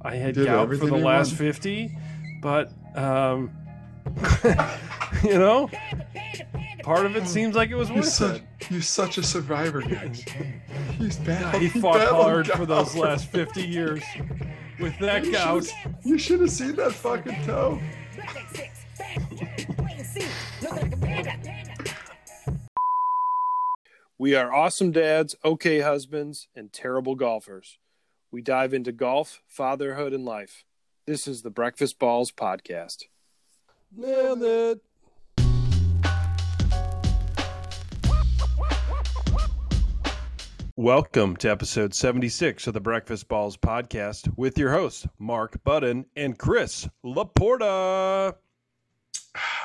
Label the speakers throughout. Speaker 1: I had
Speaker 2: Did
Speaker 1: gout for
Speaker 2: everything
Speaker 1: the
Speaker 2: he
Speaker 1: last
Speaker 2: wanted.
Speaker 1: 50, but, um, you know, part of it seems like it was
Speaker 2: You're
Speaker 1: worth
Speaker 2: such,
Speaker 1: it.
Speaker 2: you're such a survivor, Nick. He's battled.
Speaker 1: He fought
Speaker 2: battled
Speaker 1: hard for
Speaker 2: gout.
Speaker 1: those last 50 years with that
Speaker 2: You
Speaker 1: gout.
Speaker 2: should- You should have seen that fucking toe.
Speaker 3: We are awesome dads, okay husbands, and terrible golfers. We dive into golf, fatherhood, and life. This is the Breakfast Balls Podcast.
Speaker 1: Nailed it. Welcome to episode 76 of the Breakfast Balls podcast with your hosts, Mark Budden and Chris Laporta.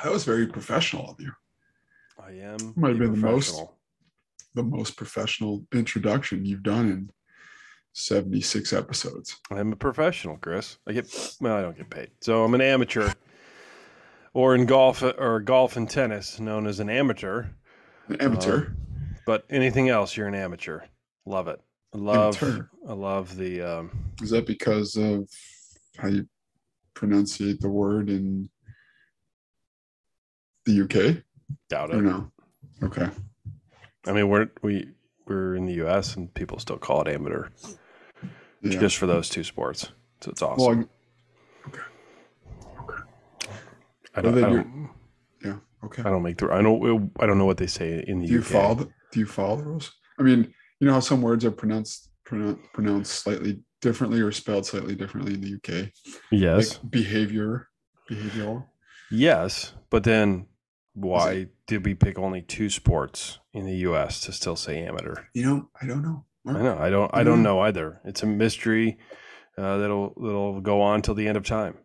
Speaker 2: That was very professional of you.
Speaker 1: I am
Speaker 2: Might have
Speaker 1: a
Speaker 2: been the most.
Speaker 1: professional.
Speaker 2: The most professional introduction you've done in 76 episodes.
Speaker 1: I'm a professional, Chris. I get well, I don't get paid. So I'm an amateur. or in golf or golf and tennis known as an amateur. Uh, Um,
Speaker 2: An amateur.
Speaker 1: But anything else, you're an amateur. Love it. I love
Speaker 2: Amateur.
Speaker 1: I love the um,
Speaker 2: Is that because of how you pronunciate the word in the UK
Speaker 1: doubt
Speaker 2: or
Speaker 1: it.
Speaker 2: no? Okay.
Speaker 1: I mean, we're we we're in the U.S. and people still call it amateur
Speaker 2: Yeah.
Speaker 1: just for those two sports. So it's awesome.
Speaker 2: well,
Speaker 1: I don't,
Speaker 2: well,
Speaker 1: I
Speaker 2: then
Speaker 1: don't,
Speaker 2: yeah. Okay.
Speaker 1: I don't make the I don't I don't know what they say in the
Speaker 2: do you
Speaker 1: UK.
Speaker 2: follow the, do you follow the rules i mean you know how some words are pronounced pronoun- pronounced slightly differently or spelled slightly differently in the uk
Speaker 1: Yes,
Speaker 2: like behavior behavioral
Speaker 1: yes, but then why did we pick only two sports in the U.S. to still say amateur?
Speaker 2: you know i don't know
Speaker 1: I
Speaker 2: Mark.
Speaker 1: know I don't I don't know either. It's a mystery uh, that'll that'll go on till the end of time.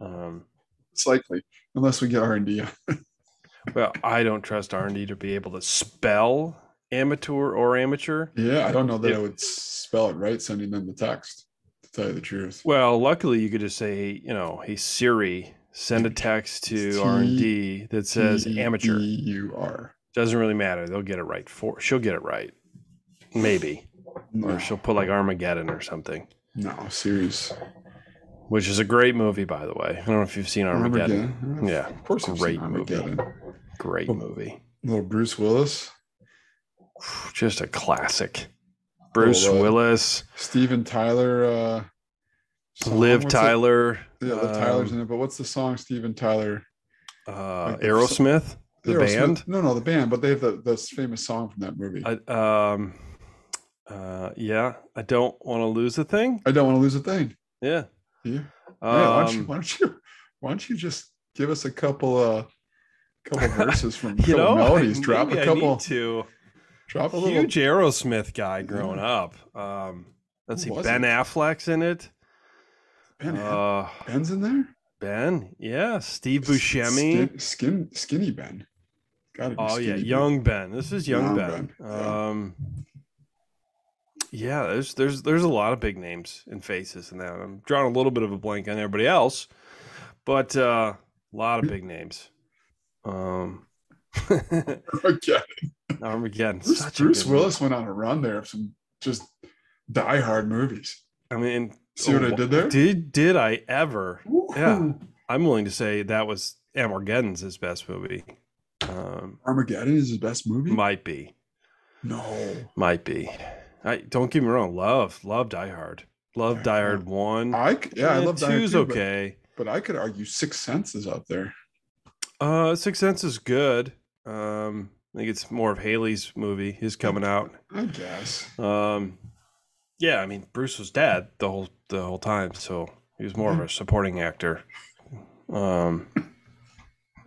Speaker 1: Um,
Speaker 2: it's likely unless we get r&d
Speaker 1: well, I don't trust R and D to be able to spell amateur or amateur.
Speaker 2: yeah i don't know that
Speaker 1: If-
Speaker 2: i would spell it right sending them the text to tell you the truth
Speaker 1: Well, luckily you could just say, you know, hey Siri, send a text to
Speaker 2: T-
Speaker 1: R and D that says
Speaker 2: E
Speaker 1: amateur.
Speaker 2: E-U-R.
Speaker 1: Doesn't really matter. They'll get it right. For she'll get it right, maybe,
Speaker 2: no,
Speaker 1: or she'll put like Armageddon or something,
Speaker 2: no serious
Speaker 1: which is a great movie, by the way. I don't know if you've seen Armageddon.
Speaker 2: Armageddon.
Speaker 1: Yeah,
Speaker 2: of course I've seen
Speaker 1: great movie.
Speaker 2: Armageddon.
Speaker 1: Great
Speaker 2: Well-
Speaker 1: movie,
Speaker 2: little bruce willis
Speaker 1: just a classic. Bruce
Speaker 2: Well, uh,
Speaker 1: Willis,
Speaker 2: steven tyler uh song,
Speaker 1: Liv
Speaker 2: what's it?
Speaker 1: Tyler, um,
Speaker 2: Yeah, Liv Tyler's in it, but what's the song Steven Tyler?
Speaker 1: uh,
Speaker 2: like the-
Speaker 1: Aerosmith, the
Speaker 2: Aerosmith-
Speaker 1: band.
Speaker 2: No, no, the band, but they have the this famous song from that movie. I,
Speaker 1: I, um, uh, yeah, I don't want to lose a thing.
Speaker 2: don't want to lose a thing.
Speaker 1: Yeah.
Speaker 2: Yeah.
Speaker 1: Um,
Speaker 2: yeah why, don't you, why don't you? Why don't you just give us a couple, uh, couple verses from
Speaker 1: you
Speaker 2: couple
Speaker 1: know,
Speaker 2: melodies?
Speaker 1: I-
Speaker 2: Drop
Speaker 1: maybe
Speaker 2: a
Speaker 1: I
Speaker 2: couple.
Speaker 1: need to
Speaker 2: Drop a little.
Speaker 1: huge Aerosmith guy growing up. Um, let's
Speaker 2: Who
Speaker 1: see,
Speaker 2: was
Speaker 1: Ben
Speaker 2: it?
Speaker 1: Affleck's in it.
Speaker 2: Ben,
Speaker 1: uh,
Speaker 2: Ben's in there.
Speaker 1: Ben, yeah, Steve
Speaker 2: S-
Speaker 1: Buscemi.
Speaker 2: Skin, skin skinny Ben. Got to be.
Speaker 1: Oh yeah,
Speaker 2: Skinny Ben.
Speaker 1: young Ben. This is young
Speaker 2: Young
Speaker 1: Ben.
Speaker 2: Ben, yeah.
Speaker 1: Um, yeah, there's there's there's a lot of big names and faces in that. I'm drawing a little bit of a blank on everybody else, but uh, a lot of big names. Um,
Speaker 2: Okay.
Speaker 1: Armageddon.
Speaker 2: Bruce,
Speaker 1: such a
Speaker 2: Bruce
Speaker 1: good
Speaker 2: Willis went on a run there of some just die-hard movies.
Speaker 1: I mean,
Speaker 2: See what I did there?
Speaker 1: Oh, Did did I ever? Yeah.
Speaker 2: Woo-hoo.
Speaker 1: I'm willing to say that was Armageddon's his best movie. Um,
Speaker 2: Armageddon is his best movie.
Speaker 1: might be,
Speaker 2: no.
Speaker 1: might be. I don't get me wrong. Love, love Die Hard. Love Die Hard one.
Speaker 2: I c- yeah, I
Speaker 1: Eh,
Speaker 2: love Die Hard
Speaker 1: two's
Speaker 2: too, but-
Speaker 1: okay.
Speaker 2: But, I could argue Six Senses out there.
Speaker 1: Uh, Sixth Sense is good. Um, I think it's more of Haley's movie. His coming out.
Speaker 2: I guess.
Speaker 1: Um, yeah, I mean Bruce was dead the whole the whole time, so he was more of
Speaker 2: Mm-hmm.
Speaker 1: a supporting actor. Um,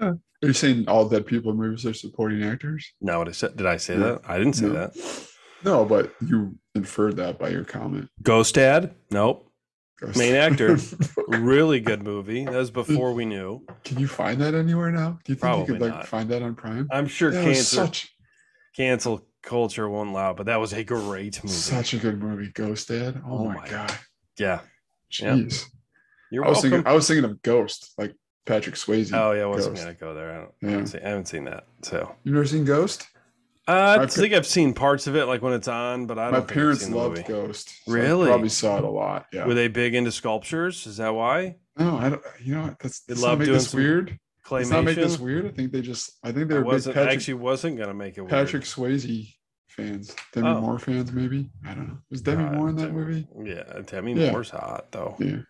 Speaker 2: Are you saying all dead people in movies are supporting actors?
Speaker 1: now what I said? Did I say
Speaker 2: Yeah.
Speaker 1: that? I didn't say
Speaker 2: No.
Speaker 1: that.
Speaker 2: No, but you inferred that by your comment.
Speaker 1: Ghost Dad? Nope. Main actor.
Speaker 2: Can
Speaker 1: Really good movie. That was before we knew.
Speaker 2: you find that anywhere now? Do you think you
Speaker 1: Probably
Speaker 2: could like
Speaker 1: not. Uh,
Speaker 2: find that on Prime?
Speaker 1: I'm sure
Speaker 2: that was
Speaker 1: cancel
Speaker 2: such
Speaker 1: cancel culture won't allow, but that was a great movie.
Speaker 2: such a good movie, Ghost Dad. Oh,
Speaker 1: Oh
Speaker 2: my,
Speaker 1: my
Speaker 2: god.
Speaker 1: yeah, Yeah.
Speaker 2: Jeez.
Speaker 1: you're
Speaker 2: I was
Speaker 1: welcome.
Speaker 2: thinking I was thinking of Ghost, like Patrick Swayze.
Speaker 1: oh yeah, I wasn't
Speaker 2: Ghost.
Speaker 1: gonna go there. I don't
Speaker 2: yeah.
Speaker 1: see, I haven't seen that. So
Speaker 2: You've never seen Ghost?
Speaker 1: Uh, I
Speaker 2: My
Speaker 1: think I've seen parts of it, like when it's on, but I don't.
Speaker 2: My
Speaker 1: think I've
Speaker 2: parents
Speaker 1: seen the
Speaker 2: loved
Speaker 1: movie.
Speaker 2: Ghost. so
Speaker 1: Really?
Speaker 2: I probably saw it a lot. Yeah.
Speaker 1: Were they big into sculptures? Is that why
Speaker 2: no, I don't. You know what? That's
Speaker 1: They
Speaker 2: let's not
Speaker 1: love
Speaker 2: make
Speaker 1: doing
Speaker 2: this
Speaker 1: some
Speaker 2: weird. Let's not make this
Speaker 1: claymation?
Speaker 2: weird. I think they just. I think they
Speaker 1: I
Speaker 2: were big
Speaker 1: wasn't I
Speaker 2: Patrick,
Speaker 1: actually wasn't gonna make it. Weird.
Speaker 2: Patrick Swayze fans. Demi
Speaker 1: Oh.
Speaker 2: Moore fans, maybe. I don't know. Was Demi
Speaker 1: God,
Speaker 2: Moore in that
Speaker 1: Demi-
Speaker 2: movie?
Speaker 1: Yeah, Demi
Speaker 2: Yeah.
Speaker 1: Moore's hot though.
Speaker 2: Yeah.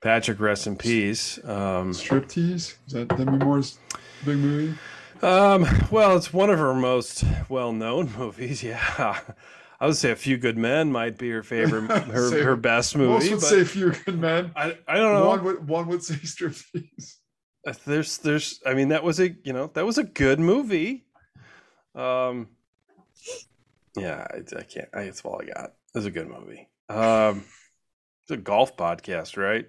Speaker 1: Patrick, rest in peace. Um,
Speaker 2: Striptease. Is that Demi Moore's big movie?
Speaker 1: um, well, it's one of her most well-known movies. Yeah, I would say A Few Good Men might be her favorite, her
Speaker 2: Say-
Speaker 1: her best
Speaker 2: Most
Speaker 1: movie.
Speaker 2: would
Speaker 1: but
Speaker 2: say Few Good Men.
Speaker 1: I, I don't know.
Speaker 2: One would one would say Striptease.
Speaker 1: Uh, there's there's i mean that was a you know that was a good movie um yeah i, I can't i that's all i got it was a good movie um it's a golf podcast right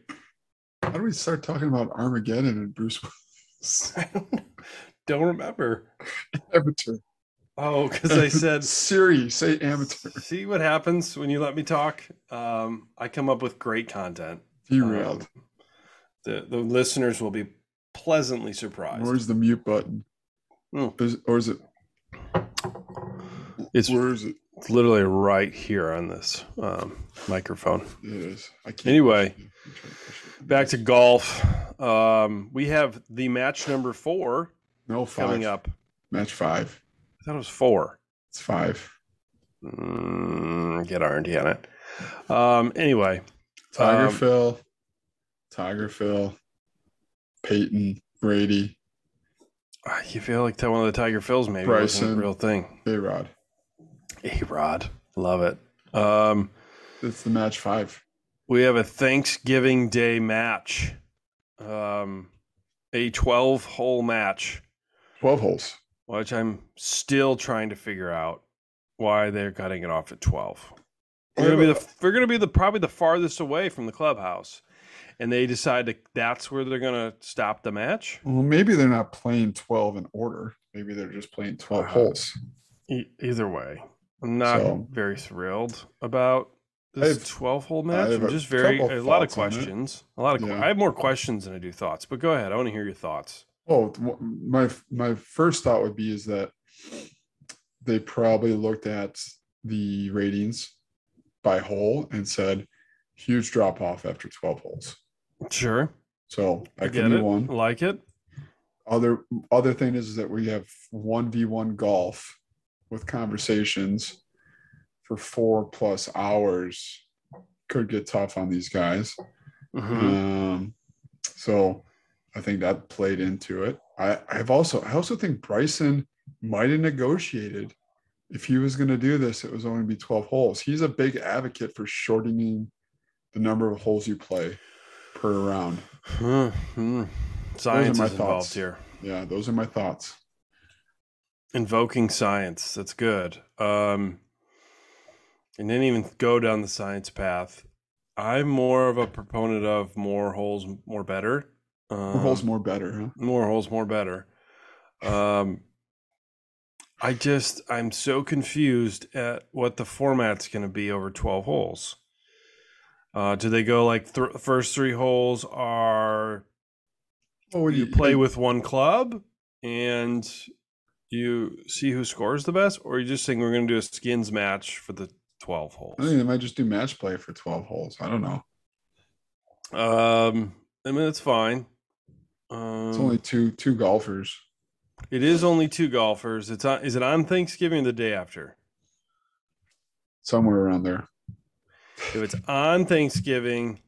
Speaker 2: How do we start talking about Armageddon and Bruce Willis?
Speaker 1: i don't, don't remember
Speaker 2: Amateur.
Speaker 1: oh because i said
Speaker 2: Siri, say amateur.
Speaker 1: see what happens when you let me talk um i come up with great content Um,
Speaker 2: Derailed.
Speaker 1: the the listeners will be pleasantly surprised
Speaker 2: Where's the mute button?
Speaker 1: Hmm.
Speaker 2: Is, or is it?
Speaker 1: it's
Speaker 2: Where is it?
Speaker 1: literally right here on this um microphone
Speaker 2: It is. I can't.
Speaker 1: Anyway,
Speaker 2: push it. I'm trying to push it.
Speaker 1: back to golf. Um, we have the match number four
Speaker 2: no five.
Speaker 1: coming up.
Speaker 2: Match five.
Speaker 1: I thought it was four.
Speaker 2: It's five.
Speaker 1: Mm, get R&D on it. Um, anyway,
Speaker 2: Tiger
Speaker 1: Um,
Speaker 2: Phil, Tiger Phil, Peyton, Brady,
Speaker 1: ah, you feel like that one of the Tiger Phils maybe wasn't
Speaker 2: Bryson.
Speaker 1: a real thing.
Speaker 2: A Rod.
Speaker 1: A Rod, love it. Um,
Speaker 2: It's the match five.
Speaker 1: we have a Thanksgiving Day match, um, a twelve-hole match,
Speaker 2: 12 holes.
Speaker 1: which I'm still trying to figure out why they're cutting it off at twelve. We're gonna be the we're gonna be the probably the farthest away from the clubhouse, and they decide to that's where they're gonna stop the match.
Speaker 2: well, maybe they're not playing 12 in order. Maybe they're just playing 12
Speaker 1: Uh-huh.
Speaker 2: holes.
Speaker 1: E- either way, I'm not
Speaker 2: So-
Speaker 1: very thrilled about
Speaker 2: I've-
Speaker 1: this 12 hole match.
Speaker 2: have
Speaker 1: I'm
Speaker 2: a
Speaker 1: just very
Speaker 2: couple
Speaker 1: a lot of
Speaker 2: thoughts on it.
Speaker 1: questions. A lot of que-
Speaker 2: Yeah.
Speaker 1: I have more questions than I do thoughts. But go ahead, I want to hear your thoughts.
Speaker 2: Oh, th- wh- my my first thought would be is that they probably looked at the ratings by hole and said huge drop off after 12 holes.
Speaker 1: Sure,
Speaker 2: So
Speaker 1: I
Speaker 2: that
Speaker 1: get
Speaker 2: could be
Speaker 1: it.
Speaker 2: one.
Speaker 1: Like it.
Speaker 2: Other other thing is that we have one v one golf with conversations for four plus hours. Could get tough on these guys.
Speaker 1: Mhm.
Speaker 2: Um, so I think that played into it. I, I've also I also think Bryson might have negotiated if he was going to do this, it was only be 12 holes. He's a big advocate for shortening the number of holes you play per round.
Speaker 1: Mhm. Science is
Speaker 2: my
Speaker 1: involved
Speaker 2: thoughts.
Speaker 1: here.
Speaker 2: Yeah, those are my thoughts.
Speaker 1: invoking science that's good um and didn't even go down the science path i'm more of a proponent of more holes more better um,
Speaker 2: More holes more better, huh?
Speaker 1: more holes more better um i just i'm so confused at what the format's going to be over 12 holes uh do they go like th- first three holes are
Speaker 2: Oh,
Speaker 1: you play with one club and you see who scores the best, or you just think we're going to do a skins match for the 12
Speaker 2: I think
Speaker 1: holes?
Speaker 2: they might just do match play for 12 holes. I don't know.
Speaker 1: Um, I mean, it's fine. Um,
Speaker 2: It's only two two golfers.
Speaker 1: it is only two golfers. It's on, is it on Thanksgiving or the day after?
Speaker 2: Somewhere around there.
Speaker 1: If it's on Thanksgiving,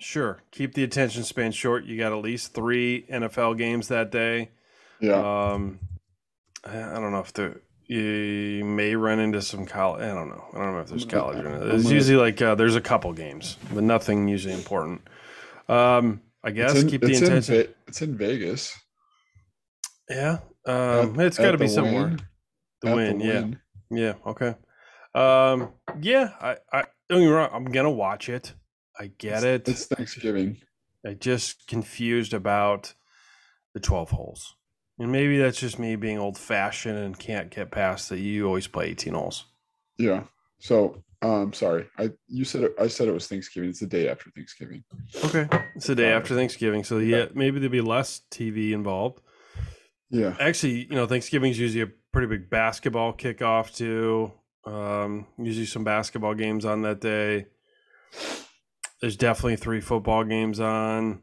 Speaker 1: sure, keep the attention span short. You got at least three NFL games that day.
Speaker 2: Yeah.
Speaker 1: Um, I I don't know if there you may run into some college. I don't know. I don't know if there's
Speaker 2: I'm gonna-
Speaker 1: college. Or not.
Speaker 2: I'm
Speaker 1: There's
Speaker 2: gonna-
Speaker 1: usually like uh, there's a couple games, but nothing usually important. Um, I guess
Speaker 2: it's in,
Speaker 1: keep the
Speaker 2: it's in
Speaker 1: intention.
Speaker 2: Ve- it's in Vegas.
Speaker 1: yeah, um,
Speaker 2: At-
Speaker 1: it's got to
Speaker 2: at
Speaker 1: be
Speaker 2: the
Speaker 1: somewhere.
Speaker 2: Wynn.
Speaker 1: The
Speaker 2: At
Speaker 1: win, yeah,
Speaker 2: Wynn.
Speaker 1: yeah, okay. Um, yeah, I, I don't get me wrong. I'm gonna watch it. I get it.
Speaker 2: It's Thanksgiving.
Speaker 1: I just confused about the 12 holes. And maybe that's just me being old fashioned and can't get past that you always play 18 holes.
Speaker 2: Yeah. So um sorry. I you said it, I said it was Thanksgiving. It's the day after Thanksgiving.
Speaker 1: Okay. It's the day
Speaker 2: Got it.
Speaker 1: after Thanksgiving. So,
Speaker 2: Yeah.
Speaker 1: yeah, maybe there'll be less TV involved.
Speaker 2: Yeah.
Speaker 1: Actually, you know, Thanksgiving's usually a pretty big basketball kickoff too. Um, usually some basketball games on that day. There's definitely three football games on.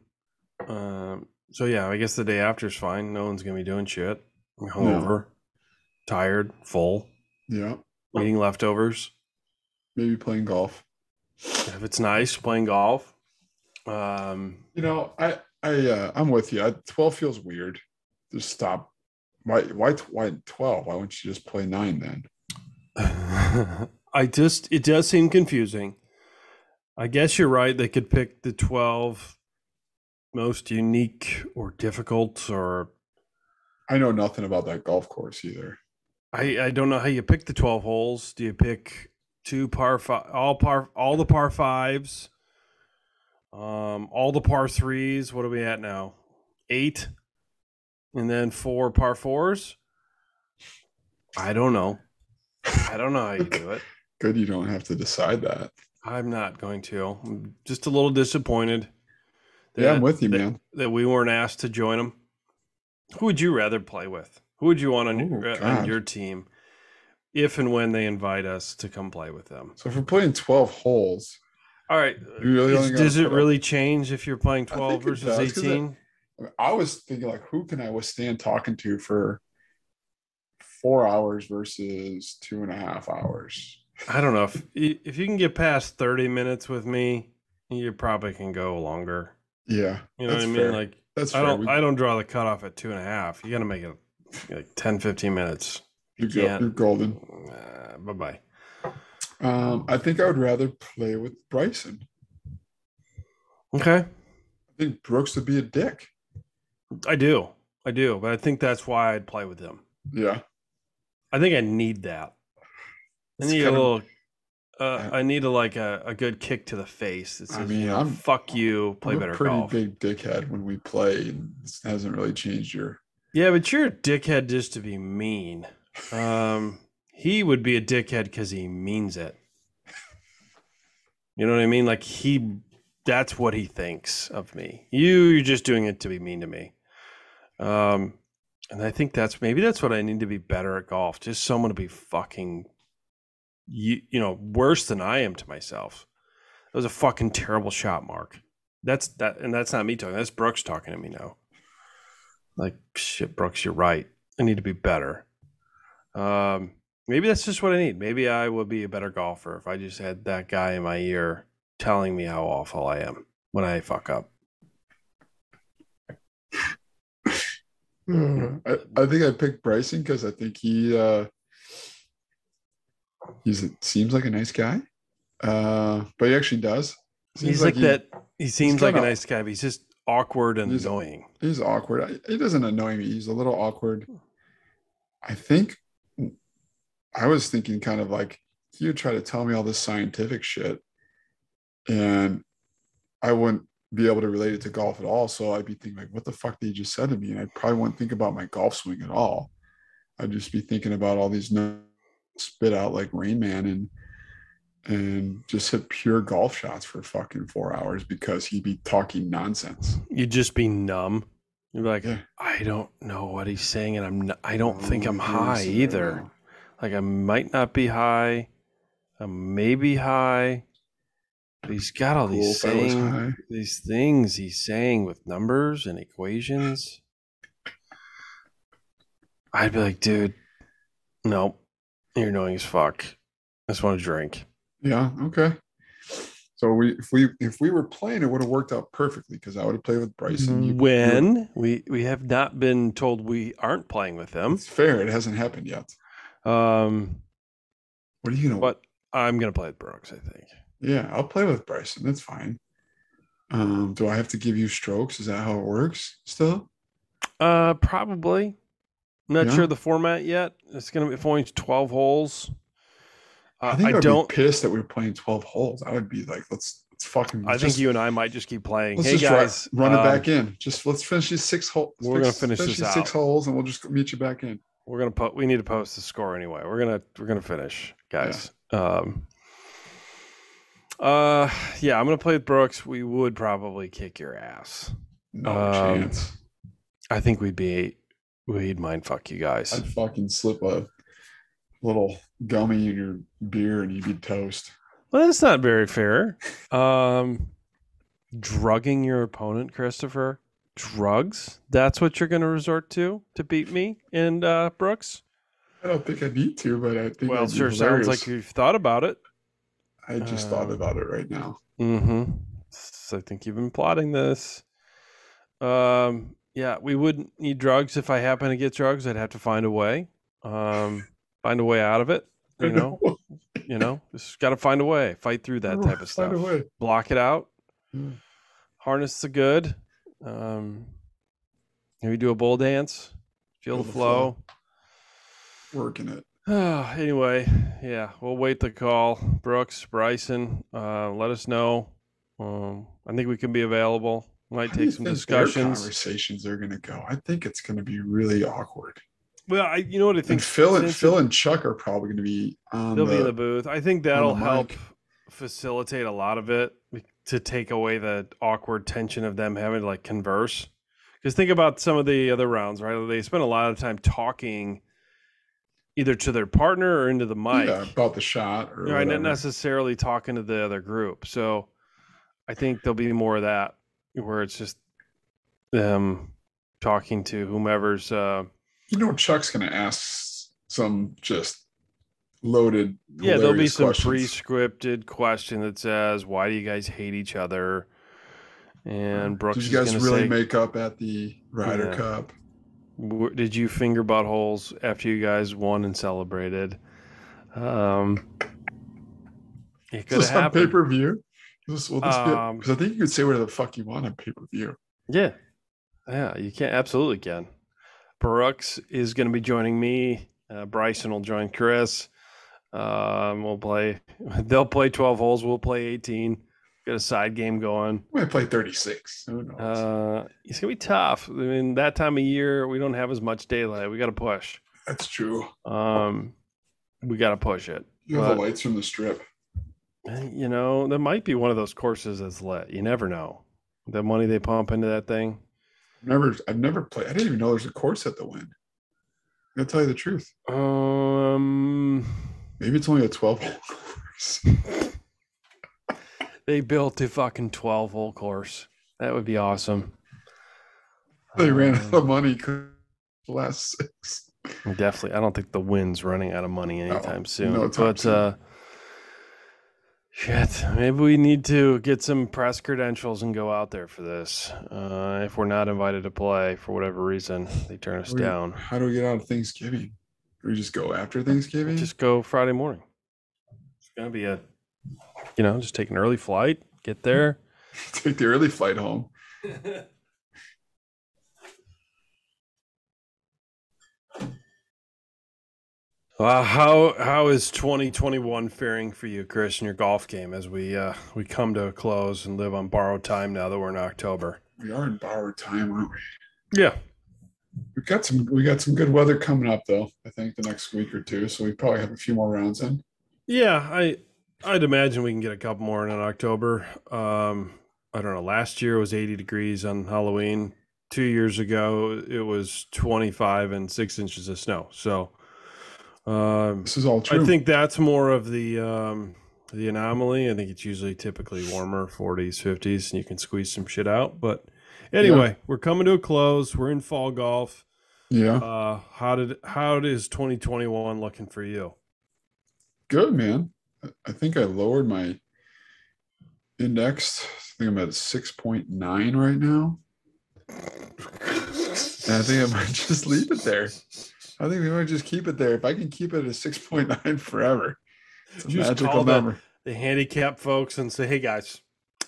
Speaker 1: Um, so yeah, I guess the day after is fine. No one's gonna be doing shit. I'm hungover, tired, full,
Speaker 2: Yeah.
Speaker 1: eating leftovers.
Speaker 2: Maybe playing golf.
Speaker 1: If it's nice, playing golf. Um,
Speaker 2: You know, I I uh, I'm with you. I, Twelve feels weird. Just stop. Why why why twelve? Why wouldn't you just play nine then?
Speaker 1: I just it does seem confusing. I guess you're right. They could pick the twelve most unique or difficult, or
Speaker 2: I know nothing about that golf course either.
Speaker 1: I I don't know how you pick the twelve holes. Do you pick two par five, all par all the par fives, um, all the par threes? What are we at now? Eight, and then four par fours. I don't know. I don't know how you do it.
Speaker 2: Good, you don't have to decide that.
Speaker 1: I'm not going to. I'm just a little disappointed that,
Speaker 2: yeah, I'm with you,
Speaker 1: that-
Speaker 2: man.
Speaker 1: that we weren't asked to join them. Who would you rather play with? Who would you want on,
Speaker 2: Oh,
Speaker 1: uh, on
Speaker 2: God.
Speaker 1: your team if and when they invite us to come play with them?
Speaker 2: So if we're playing twelve holes,
Speaker 1: All right. uh,
Speaker 2: you really
Speaker 1: is-
Speaker 2: only gotta
Speaker 1: does it
Speaker 2: put up-
Speaker 1: really change if you're playing
Speaker 2: think
Speaker 1: 12
Speaker 2: it
Speaker 1: versus
Speaker 2: does, 'cause it-
Speaker 1: 18?
Speaker 2: I was thinking like, who can I withstand talking to for four hours versus two and a half hours?
Speaker 1: I don't know. If, if you can get past 30 minutes with me, you probably can go longer.
Speaker 2: Yeah,
Speaker 1: You know
Speaker 2: that's
Speaker 1: what I mean?
Speaker 2: fair.
Speaker 1: Like,
Speaker 2: that's
Speaker 1: I
Speaker 2: fair.
Speaker 1: don't,
Speaker 2: We-
Speaker 1: I don't draw the cutoff at two and a half. You got to make it like 10, 15 minutes.
Speaker 2: you're, go-
Speaker 1: can't.
Speaker 2: you're golden.
Speaker 1: Uh, bye bye.
Speaker 2: Um, I think I would rather play with Bryson.
Speaker 1: Okay.
Speaker 2: I think Brooks would be a dick.
Speaker 1: I do. I do. But I think that's why I'd play with him.
Speaker 2: Yeah,
Speaker 1: I think I need that. I
Speaker 2: It's
Speaker 1: need a
Speaker 2: kind of-
Speaker 1: little. uh, I need a like a, a good kick to the face. That
Speaker 2: I
Speaker 1: says,
Speaker 2: mean,
Speaker 1: you know,
Speaker 2: I'm-
Speaker 1: fuck you, play
Speaker 2: I'm
Speaker 1: better
Speaker 2: a pretty
Speaker 1: golf.
Speaker 2: big dickhead when we play. And this hasn't really changed your.
Speaker 1: Yeah, but you're a dickhead just to be mean. Um, he would be a dickhead because he means it. You know what I mean? Like he, that's what he thinks of me. You, you're just doing it to be mean to me. Um, and I think that's maybe that's what I need to be better at golf. Just someone to be fucking, you, you know, worse than I am to myself. That was a fucking terrible shot, Mark. That's that, and that's not me talking. That's Brooks talking to me now like shit brooks you're right i need to be better um maybe that's just what i need maybe i would be a better golfer if i just had that guy in my ear telling me how awful i am when i fuck up
Speaker 2: I, I think I picked Bryson because I think he uh, he's seems like a nice guy, uh, but he actually does. Seems
Speaker 1: he's like,
Speaker 2: he-
Speaker 1: that he seems like a
Speaker 2: kinda-
Speaker 1: nice guy but he's just awkward and
Speaker 2: He's-
Speaker 1: annoying
Speaker 2: He's awkward. I- He doesn't annoy me. He's a little awkward. I think I was thinking kind of like he would try to tell me all this scientific shit, and I wouldn't be able to relate it to golf at all. So I'd be thinking like, "What the fuck did you just said to me?" And I probably wouldn't think about my golf swing at all. I'd just be thinking about all these no- spit out like Rain Man and and just hit pure golf shots for fucking four hours because he'd be talking nonsense.
Speaker 1: you'd just be numb you'd be like
Speaker 2: Yeah.
Speaker 1: i don't know what he's saying and i'm not, i don't think i'm
Speaker 2: Oh,
Speaker 1: high
Speaker 2: yes,
Speaker 1: either Like I might not be high, I may be high. But he's got all
Speaker 2: Cool
Speaker 1: these
Speaker 2: if I was high.
Speaker 1: saying, these things he's saying with numbers and equations. I'd be like, dude, nope, you're annoying as fuck. I just want to drink.
Speaker 2: Yeah. Okay. So we, if we, if we were playing, it would have worked out perfectly because I would have played with Bryson. You-
Speaker 1: When we we have not been told we aren't playing with them,
Speaker 2: it's fair. It hasn't happened yet.
Speaker 1: um,
Speaker 2: What are you gonna?
Speaker 1: but I'm gonna play with Brooks. I think.
Speaker 2: Yeah, I'll play with Bryson. That's fine. Um, do I have to give you strokes? Is that how it works? Still?
Speaker 1: Uh, probably. I'm not
Speaker 2: Yeah.
Speaker 1: sure of the format yet. It's gonna be if only twelve holes. Uh,
Speaker 2: think
Speaker 1: I,
Speaker 2: would
Speaker 1: don't.
Speaker 2: Be pissed that we were playing twelve holes. I would be like, let's let's fucking.
Speaker 1: I
Speaker 2: let's
Speaker 1: think
Speaker 2: just-
Speaker 1: you and I might just keep playing.
Speaker 2: Let's
Speaker 1: Hey
Speaker 2: just ri-
Speaker 1: guys,
Speaker 2: run it
Speaker 1: um,
Speaker 2: back in. Just let's finish these six holes.
Speaker 1: we're gonna finish this
Speaker 2: these six
Speaker 1: out.
Speaker 2: holes, and we'll just meet you back in.
Speaker 1: We're gonna put. We need to post the score anyway. We're gonna we're gonna finish, guys. Um. Uh, yeah, I'm gonna play with Brooks. We would probably kick your ass.
Speaker 2: No
Speaker 1: Um,
Speaker 2: chance.
Speaker 1: I think we'd be We'd mind fuck you guys.
Speaker 2: I'd fucking slip a little gummy in your beer and you'd be toast.
Speaker 1: Well, that's not very fair. Um, drugging your opponent, Christopher. Drugs? That's what you're going to resort to to beat me and uh, Brooks?
Speaker 2: I don't think I need to, but I think
Speaker 1: Well,
Speaker 2: that'd be
Speaker 1: sure.
Speaker 2: hilarious.
Speaker 1: Sounds like you've thought about it.
Speaker 2: I just thought
Speaker 1: um,
Speaker 2: about it right now.
Speaker 1: Mm-hmm. So I think you've been plotting this. Um, yeah, we wouldn't need drugs. If I happen to get drugs, I'd have to find a way. Um, find a way out of it. You know, you know, just got to find a way. Fight through that type of
Speaker 2: Find a
Speaker 1: stuff.
Speaker 2: way.
Speaker 1: Block it out.
Speaker 2: Yeah.
Speaker 1: Harness the good. Um, maybe do a bull dance. Feel the flow.
Speaker 2: Working it.
Speaker 1: anyway, yeah, we'll wait the call. Brooks, Bryson, uh, let us know. Um, I think we can be available. Might
Speaker 2: How do you
Speaker 1: take some
Speaker 2: think their
Speaker 1: discussions.
Speaker 2: Conversations are going to go. I think it's going to be really awkward.
Speaker 1: Well, I, you know what I
Speaker 2: And
Speaker 1: think.
Speaker 2: Phil and
Speaker 1: Nancy?
Speaker 2: Phil and Chuck are probably going to be on
Speaker 1: they'll
Speaker 2: the,
Speaker 1: be in the booth. I think that'll
Speaker 2: mic.
Speaker 1: help facilitate a lot of it to take away the awkward tension of them having to like converse. Because think about some of the other rounds, right? They spend a lot of time talking, either to their partner or into the mic.
Speaker 2: yeah, about the shot or
Speaker 1: right, not
Speaker 2: whatever.
Speaker 1: necessarily talking to the other group. So I think there'll be more of that where it's just them talking to whomever's uh
Speaker 2: You know, Chuck's going to ask some just loaded.
Speaker 1: yeah, there'll be
Speaker 2: hilarious
Speaker 1: some
Speaker 2: questions.
Speaker 1: pre-scripted question that says, "Why do you guys hate each other?" And Brooks
Speaker 2: Did you
Speaker 1: is
Speaker 2: guys
Speaker 1: gonna
Speaker 2: really
Speaker 1: say,
Speaker 2: make up at the Ryder
Speaker 1: Yeah.
Speaker 2: Cup?
Speaker 1: "W- "Did you finger buttholes after you guys won and celebrated?" Um, it
Speaker 2: Is
Speaker 1: could
Speaker 2: this
Speaker 1: have
Speaker 2: on pay
Speaker 1: happened.
Speaker 2: per view? Because
Speaker 1: Um,
Speaker 2: I think you could say whatever the fuck you want on pay per view.
Speaker 1: Yeah. Yeah, you can absolutely can. Brooks is going to be joining me. Uh, Bryson will join Chris. Um, we'll play. They'll play twelve holes. We'll play eighteen. Get a side game going.
Speaker 2: We might play 36. Who knows?
Speaker 1: Uh, it's gonna be tough. I mean, that time of year, we don't have as much daylight. We got to push.
Speaker 2: That's true.
Speaker 1: Um, we got to push it.
Speaker 2: You have
Speaker 1: but-
Speaker 2: the lights from the strip.
Speaker 1: You know, there might be one of those courses that's lit. You never know. The money they pump into that thing.
Speaker 2: Never, I've never played. I didn't even know there's a course at the Win. I'll tell you the truth.
Speaker 1: Um,
Speaker 2: Maybe it's only a 12 hole course.
Speaker 1: They built a fucking 12 hole course. That would be awesome.
Speaker 2: They ran
Speaker 1: Um,
Speaker 2: out of money 'cause the last six.
Speaker 1: Definitely. I don't think the wind's running out of money anytime soon.
Speaker 2: no time
Speaker 1: but
Speaker 2: soon.
Speaker 1: uh shit, maybe we need to get some press credentials and go out there for this. Uh if we're not invited to play for whatever reason, they turn us
Speaker 2: Where-
Speaker 1: down.
Speaker 2: How do we get out of Thanksgiving? Do we just go after Thanksgiving?
Speaker 1: Just go Friday morning. It's going to be a you know, just take an early flight, get there.
Speaker 2: take the early flight home.
Speaker 1: Uh, how how is 2021 faring for you, Chris, in your golf game as we uh, we come to a close and live on borrowed time now that we're in October?
Speaker 2: We are in borrowed time, aren't we?
Speaker 1: Yeah,
Speaker 2: We've got some. We got some good weather coming up, though. I think the next week or two, so we probably have a few more rounds in.
Speaker 1: yeah. I I'd imagine we can get a couple more in on October. Um, I don't know. Last year was 80 degrees on Halloween. Two years ago, it was 25 and six inches of snow. So, um,
Speaker 2: This is all true.
Speaker 1: I think that's more of the um, the anomaly. I think it's usually typically warmer, 40s, 50s, and you can squeeze some shit out. But anyway, we're coming to a close. We're in fall golf.
Speaker 2: Yeah,
Speaker 1: Uh, how did how is 2021 looking for you?
Speaker 2: good man. I- I think I lowered my index. I think I'm at six point nine right now, and I think I might just leave it there. I think we might just keep it there. If I can keep it at six point nine forever, it's a
Speaker 1: Just
Speaker 2: magical
Speaker 1: call that-
Speaker 2: number.
Speaker 1: The handicap folks and say, hey guys,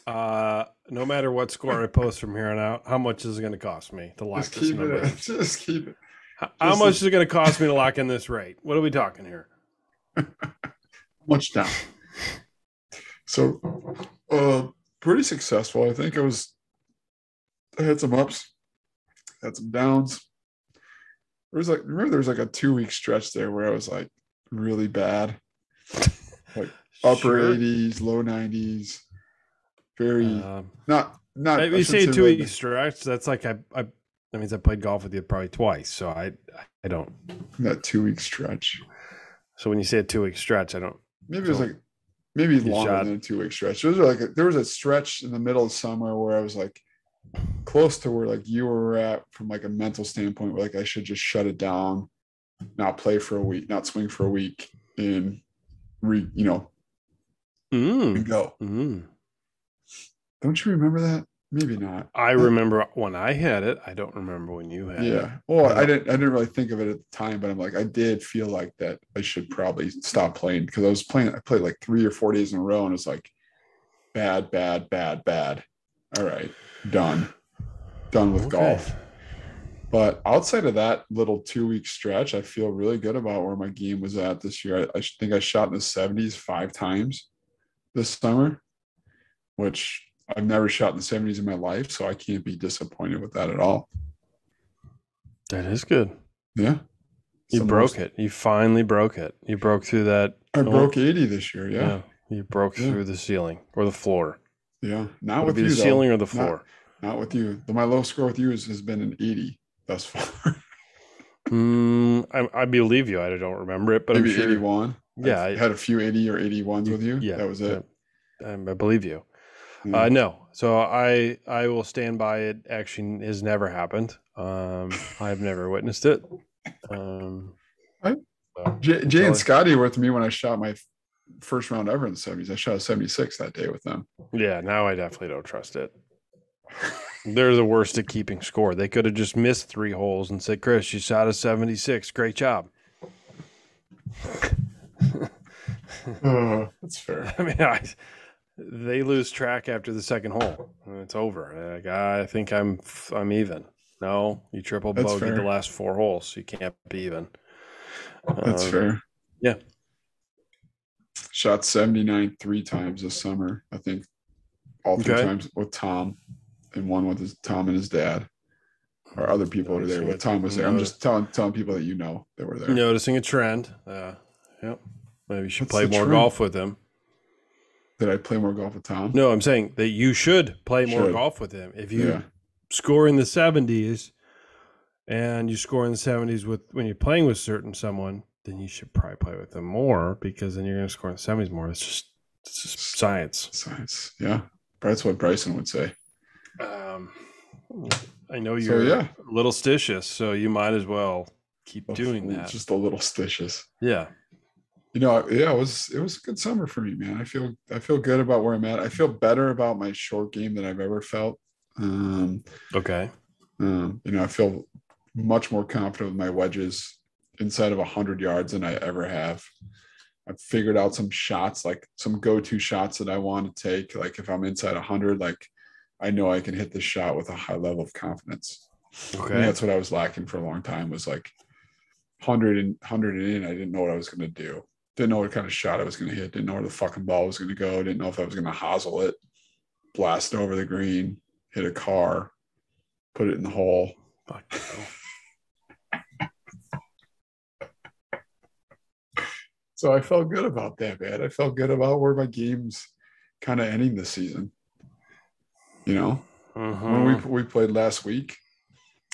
Speaker 1: uh, no matter what score I post from here on out, how much is it going to cost me to lock
Speaker 2: Just
Speaker 1: this
Speaker 2: keep it.
Speaker 1: number? in?
Speaker 2: At, just keep it.
Speaker 1: How- How
Speaker 2: just-
Speaker 1: much is it going to cost me to lock in this rate? What are we talking here?
Speaker 2: much down. So, uh, pretty successful. I think I was, I had some ups, had some downs. There was like, remember, there was like a two week stretch there where I was like really bad, upper
Speaker 1: Sure.
Speaker 2: 80s, low 90s, very
Speaker 1: Um,
Speaker 2: not, not,
Speaker 1: Uh,
Speaker 2: I
Speaker 1: you
Speaker 2: should
Speaker 1: say
Speaker 2: say
Speaker 3: say
Speaker 1: two
Speaker 2: like-
Speaker 1: week stretch. That's like I, I That means I played golf with you probably twice. So I I don't.
Speaker 2: that two week stretch.
Speaker 1: So when you say a two week stretch, I don't.
Speaker 2: Maybe it was
Speaker 1: So-
Speaker 2: like maybe
Speaker 1: You
Speaker 2: longer
Speaker 1: shot-
Speaker 2: than a two week stretch. There was like a, there was a stretch in the middle of summer where I was like close to where like you were at from like a mental standpoint where like I should just shut it down, not play for a week, not swing for a week, and re you know
Speaker 1: Mm,
Speaker 2: and go.
Speaker 1: mm.
Speaker 2: Don't you remember that? Maybe not.
Speaker 1: I remember when I had it. I don't remember when you had it.
Speaker 2: Yeah. Well, I
Speaker 1: Yeah.
Speaker 2: didn't I didn't really think of it at the time, but I'm like, I did feel like that I should probably stop playing because I was playing, I played like three or four days in a row and it's like bad, bad, bad, bad. All right, done. Done with
Speaker 1: Okay.
Speaker 2: golf. But outside of that little two week stretch, I feel really good about where my game was at this year. I, I sh- think I shot in the 70s five times this summer, which I've never shot in the 70s in my life. So I can't be disappointed with that at all.
Speaker 1: That is good.
Speaker 2: Yeah.
Speaker 1: You
Speaker 2: Some of
Speaker 1: broke
Speaker 2: those-
Speaker 1: it. You finally broke it. You broke through that.
Speaker 2: I
Speaker 1: Oh.
Speaker 2: broke 80 this year. Yeah.
Speaker 1: yeah, you broke
Speaker 2: Yeah.
Speaker 1: through the ceiling or the floor.
Speaker 2: Yeah.
Speaker 1: Would
Speaker 2: Not
Speaker 1: it
Speaker 2: with
Speaker 1: be
Speaker 2: you.
Speaker 1: the
Speaker 2: though.
Speaker 1: ceiling or the
Speaker 2: Not-
Speaker 1: floor?
Speaker 2: Not, with you. The, my low score with you is, has been an 80 thus far.
Speaker 1: Mm, I, I believe you. I don't remember it, but
Speaker 2: Maybe
Speaker 1: I'm sure.
Speaker 2: 81.
Speaker 1: Yeah,
Speaker 2: I
Speaker 1: I-
Speaker 2: had a few 80 or 81s with you.
Speaker 1: yeah,
Speaker 2: That was it.
Speaker 1: I, I believe you.
Speaker 2: Yeah.
Speaker 1: Uh, no, so I I will stand by it. Actually, has never happened. Um, I've never witnessed it. Um,
Speaker 2: Right.
Speaker 1: so-
Speaker 2: Jay, Jay
Speaker 1: Really?
Speaker 2: and Scotty were with me when I shot my f- first round ever in the 70s. I shot a 76 that day with them.
Speaker 1: yeah, now I definitely don't trust it. They're the worst at keeping score. They could have just missed three holes and said, "Chris, you shot a seventy-six. Great job."
Speaker 2: Uh, that's fair.
Speaker 1: I mean, I, they lose track after the second hole. and It's over. They're Like, I think I'm I'm even. No, you triple
Speaker 2: That's
Speaker 1: bogeyed the
Speaker 2: fair.
Speaker 1: last four holes. You can't be even.
Speaker 2: That's
Speaker 1: Um,
Speaker 2: fair.
Speaker 1: yeah.
Speaker 2: Shot 79 three times this summer. I think all three
Speaker 1: Okay.
Speaker 2: times with Tom and one with his, Tom and his dad. Or other people were there,
Speaker 1: Noticing
Speaker 2: but
Speaker 1: it.
Speaker 2: Tom was there. I'm
Speaker 1: Notice-
Speaker 2: just telling telling people that you know that were there.
Speaker 1: Noticing a trend. Uh, yep. Maybe you should
Speaker 2: What's
Speaker 1: play
Speaker 2: the
Speaker 1: more
Speaker 2: trend?
Speaker 1: golf with him.
Speaker 2: Did I play more golf with Tom?
Speaker 1: No, I'm saying that you should play more
Speaker 2: Should.
Speaker 1: golf with him. If you
Speaker 2: Yeah.
Speaker 1: score in the 70s and you score in the 70s with when you're playing with certain someone, then you should probably play with them more because then you're going to score in the 70s more. It's just, it's just science.
Speaker 2: Science. Yeah. That's what Bryson would say.
Speaker 1: Um, I know
Speaker 2: So
Speaker 1: you're
Speaker 2: yeah.
Speaker 1: a little stitious, so you might as well keep doing that.
Speaker 2: Just a little stitious.
Speaker 1: yeah.
Speaker 2: you know yeah it was it was a good summer for me man i feel i feel good about where i'm at i feel better about my short game than i've ever felt um,
Speaker 1: Okay.
Speaker 2: um you know i feel much more confident with my wedges inside of 100 yards than i ever have i've figured out some shots like some go-to shots that i want to take like if i'm inside 100 like i know i can hit this shot with a high level of confidence I think
Speaker 1: Okay.
Speaker 2: that's what I was lacking for a long time was like 100 and 100 and in. I didn't know what I was going to do. Didn't know what kind of shot I was going to hit. Didn't know where the fucking ball was going to go. Didn't know if I was going to hosel it, blast it over the green, hit a car, put it in the hole.
Speaker 1: Fuck you.
Speaker 2: So I felt good about that, man. I felt good about where my game's kind of ending this season. You know, when we
Speaker 1: Mhm.
Speaker 2: we played last week,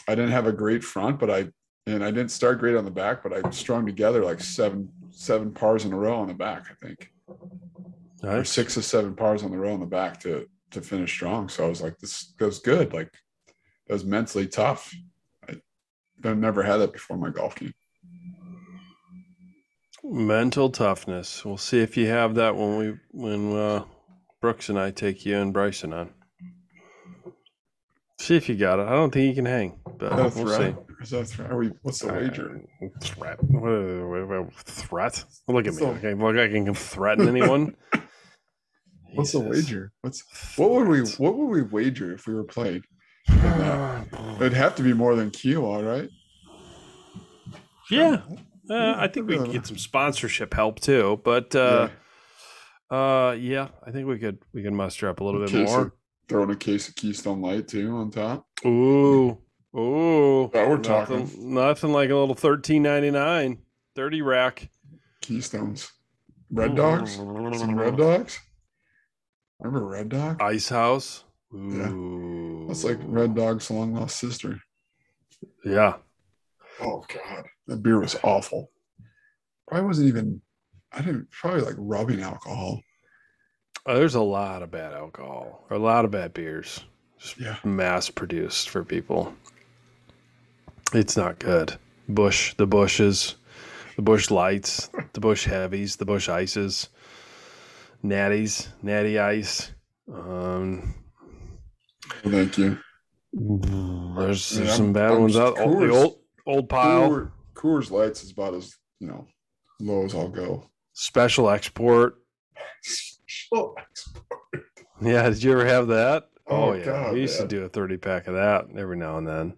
Speaker 2: I didn't have a great front, but I and I didn't start great on the back, but I strung together like seven seven pars in a row on the back, I think, or
Speaker 1: Nice.
Speaker 2: six or seven pars on the row on the back to to finish strong. So I was like, this goes good. Like that was mentally tough. I I've never had that before in my golf game.
Speaker 1: Mental toughness. We'll see if you have that when we when uh, Brooks and I take you and Bryson on. See if you got it. I don't think you can hang, but
Speaker 2: Is that a
Speaker 1: Oh, we'll
Speaker 2: threat? Is that a threat? Are we? What's
Speaker 1: see.
Speaker 2: the wager?
Speaker 1: Uh, threat. What, what, what, threat? Look at me.
Speaker 2: So-
Speaker 1: okay, look, I can threaten anyone.
Speaker 2: What's the
Speaker 1: Jesus.
Speaker 2: wager? What's what would we
Speaker 1: Threat.
Speaker 2: what would we wager if we were playing? It'd have to be more than Kilo, right?
Speaker 1: yeah, uh, I think we could get some sponsorship help too. But uh, uh, yeah, I think we could we could muster up a little
Speaker 2: Okay,
Speaker 1: bit
Speaker 2: so-
Speaker 1: more.
Speaker 2: throwing a case of Keystone Light too on top.
Speaker 1: Ooh, ooh.
Speaker 2: Now we're
Speaker 1: nothing,
Speaker 2: talking.
Speaker 1: Nothing like a little thirteen ninety nine, thirty rack.
Speaker 2: Keystones, Red Dogs, some Red Dogs. Remember Red Dog?
Speaker 1: Ice House.
Speaker 2: Yeah.
Speaker 1: Ooh.
Speaker 2: That's like Red Dog's long lost sister.
Speaker 1: Yeah.
Speaker 2: Oh god, that beer was awful. Probably wasn't even. I didn't probably like rubbing alcohol.
Speaker 1: Oh, there's a lot of bad alcohol, or a lot of bad beers, just
Speaker 2: Yeah.
Speaker 1: mass produced for people. It's not good. Bush, the bushes, the bush lights, the bush heavies, the bush ices, natties, natty ice. Um,
Speaker 2: Well, thank you.
Speaker 1: there's, there's
Speaker 2: Yeah, I'm-
Speaker 1: some bad
Speaker 2: I'm
Speaker 1: ones
Speaker 2: just
Speaker 1: out. Oh, the
Speaker 2: Coors-
Speaker 1: old old pile.
Speaker 2: Coor- Coors Lights is about as you know low as I'll go.
Speaker 1: Special export.
Speaker 2: Oh,
Speaker 1: Yeah, did you ever have that?
Speaker 2: Oh,
Speaker 1: yeah,
Speaker 2: God,
Speaker 1: we used
Speaker 2: man.
Speaker 1: to do a thirty pack of that every now and then.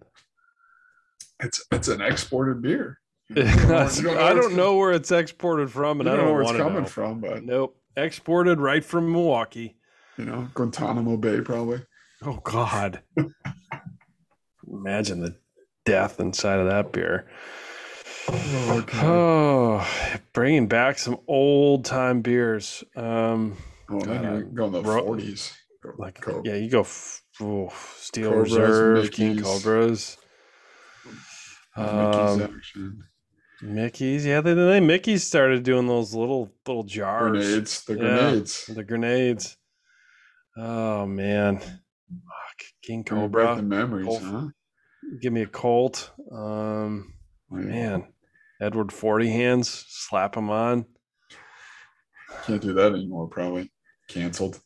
Speaker 2: it's it's an exported beer. You don't know where- you don't know
Speaker 1: I
Speaker 2: where it's
Speaker 1: don't know where it's exported from,
Speaker 2: You
Speaker 1: and
Speaker 2: don't
Speaker 1: I
Speaker 2: know
Speaker 1: don't
Speaker 2: where
Speaker 1: want
Speaker 2: it's
Speaker 1: to know.
Speaker 2: coming from, but
Speaker 1: Nope, exported right from Milwaukee.
Speaker 2: you know Guantanamo Bay probably.
Speaker 1: Oh God! Imagine the death inside of that beer.
Speaker 2: Oh, God.
Speaker 1: Oh, bringing back some old time beers. Um,
Speaker 2: Oh, then
Speaker 1: God,
Speaker 2: you go in the
Speaker 1: Ro-
Speaker 2: forties.
Speaker 1: like
Speaker 2: Coke.
Speaker 1: yeah, you go f- ooh, Steel
Speaker 2: Cobras,
Speaker 1: Reserve, King
Speaker 2: Mickey's.
Speaker 1: Cobras,
Speaker 2: Mickey's
Speaker 1: um,
Speaker 2: action.
Speaker 1: Mickey's. Yeah, they, they Mickey's started doing those little little jars.
Speaker 2: Grenades, the
Speaker 1: Yeah.
Speaker 2: grenades.
Speaker 1: The grenades. Oh man. Fuck. King
Speaker 2: Bring back
Speaker 1: Cobra.
Speaker 2: The memories,
Speaker 1: Colt.
Speaker 2: huh?
Speaker 1: Give me a Colt. Um
Speaker 2: Like,
Speaker 1: man. Edward Forty Hands. Slap him on.
Speaker 2: Can't do that anymore, probably. Canceled.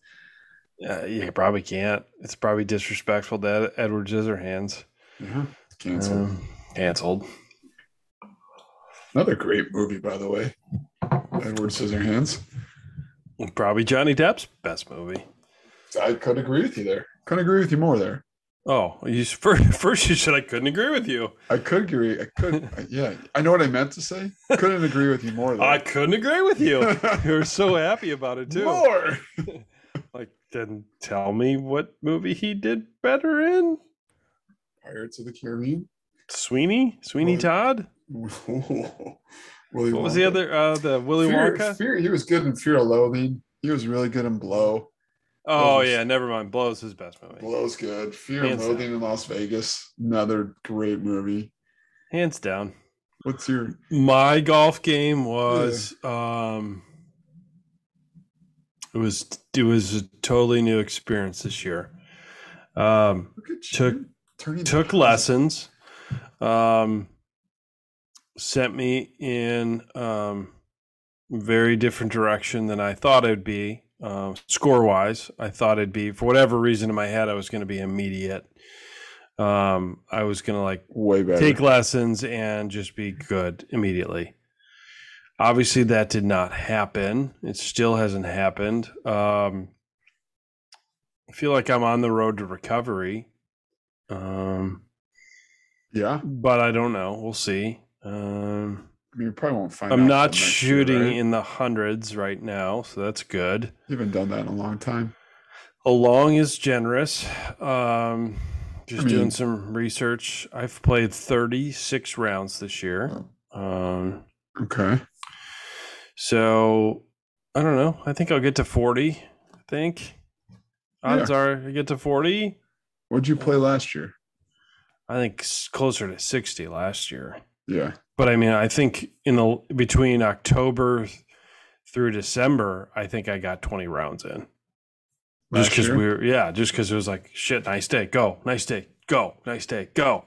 Speaker 1: Uh, you probably can't. It's probably disrespectful to Ed- Edward Scissorhands.
Speaker 2: Yeah. Canceled.
Speaker 1: Um, canceled.
Speaker 2: Another great movie, by the way. Edward Scissorhands.
Speaker 1: Probably Johnny Depp's best movie.
Speaker 2: I could agree with you there. Couldn't agree with you more there.
Speaker 1: Oh, you first, first you said I couldn't agree with you.
Speaker 2: I could agree. I could. I- yeah. I know what I meant to say. Couldn't agree with you more. Though.
Speaker 1: I couldn't agree with you. you were so happy about it too.
Speaker 2: more.
Speaker 1: Like, then tell me what movie he did better in.
Speaker 2: Pirates of the Caribbean.
Speaker 1: Sweeney, Sweeney
Speaker 2: Willy-
Speaker 1: Todd.
Speaker 2: Willy
Speaker 1: What was the
Speaker 2: Wonka.
Speaker 1: other? Uh, the Willy
Speaker 2: Fear,
Speaker 1: Wonka.
Speaker 2: Fear- He was good in Fear of Loathing. He was really good in Blow.
Speaker 1: Oh
Speaker 2: Those-
Speaker 1: yeah, never mind. Blow's his best movie,
Speaker 2: Blow's good. Fear
Speaker 1: Hands
Speaker 2: of
Speaker 1: down.
Speaker 2: Loathing in Las Vegas. Another great movie.
Speaker 1: hands down.
Speaker 2: What's your
Speaker 1: My golf game was um, it was it was a totally new experience this year. Um,
Speaker 2: look at you
Speaker 1: Took-
Speaker 2: turning
Speaker 1: took lessons um sent me in um very different direction than i thought it would be um score wise i thought it'd be for whatever reason in my head i was going to be immediate um i was going to like
Speaker 2: way better.
Speaker 1: take lessons and just be good immediately. Obviously, that did not happen. It still hasn't happened. Um, I feel like I'm on the road to recovery, um,
Speaker 2: yeah,
Speaker 1: but I don't know. We'll see. Um,
Speaker 2: I mean, you probably won't find.
Speaker 1: I'm
Speaker 2: out
Speaker 1: not
Speaker 2: till next year,
Speaker 1: shooting
Speaker 2: right?
Speaker 1: in the hundreds right now, so that's good.
Speaker 2: You haven't done that in a long time.
Speaker 1: Along is generous. Um, just
Speaker 2: I mean-
Speaker 1: doing some research. I've played 36 rounds this year. Um,
Speaker 2: Okay,
Speaker 1: so I don't know. I think I'll get to 40. I think odds are I get to 40.
Speaker 2: what'd you play last year?
Speaker 1: I think s- closer to 60 last year.
Speaker 2: Yeah,
Speaker 1: But I mean, I think in the between October through December, I think I got 20 rounds in. just
Speaker 2: Last
Speaker 1: because
Speaker 2: year?
Speaker 1: we were yeah just because it was like shit nice day go nice day go nice day go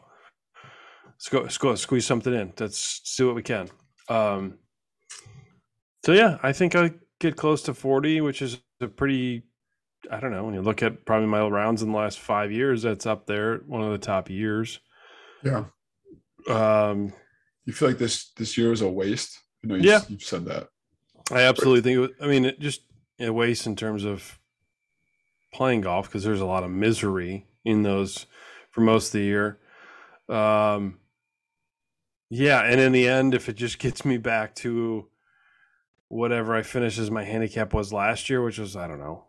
Speaker 1: let's go let's go squeeze something in let's, let's do what we can um so yeah i think i get close to 40 which is a pretty i don't know when you look at probably my rounds in the last five years that's up there one of the top years
Speaker 2: yeah.
Speaker 1: um
Speaker 2: You feel like this this year was a waste? I know you,
Speaker 1: Yeah.
Speaker 2: you've said that.
Speaker 1: I absolutely think it was, I mean, it just it wastes in terms of playing golf because there's a lot of misery in those for most of the year. Um, yeah, and in the end, if it just gets me back to whatever I finish as my handicap was last year, which was I don't know,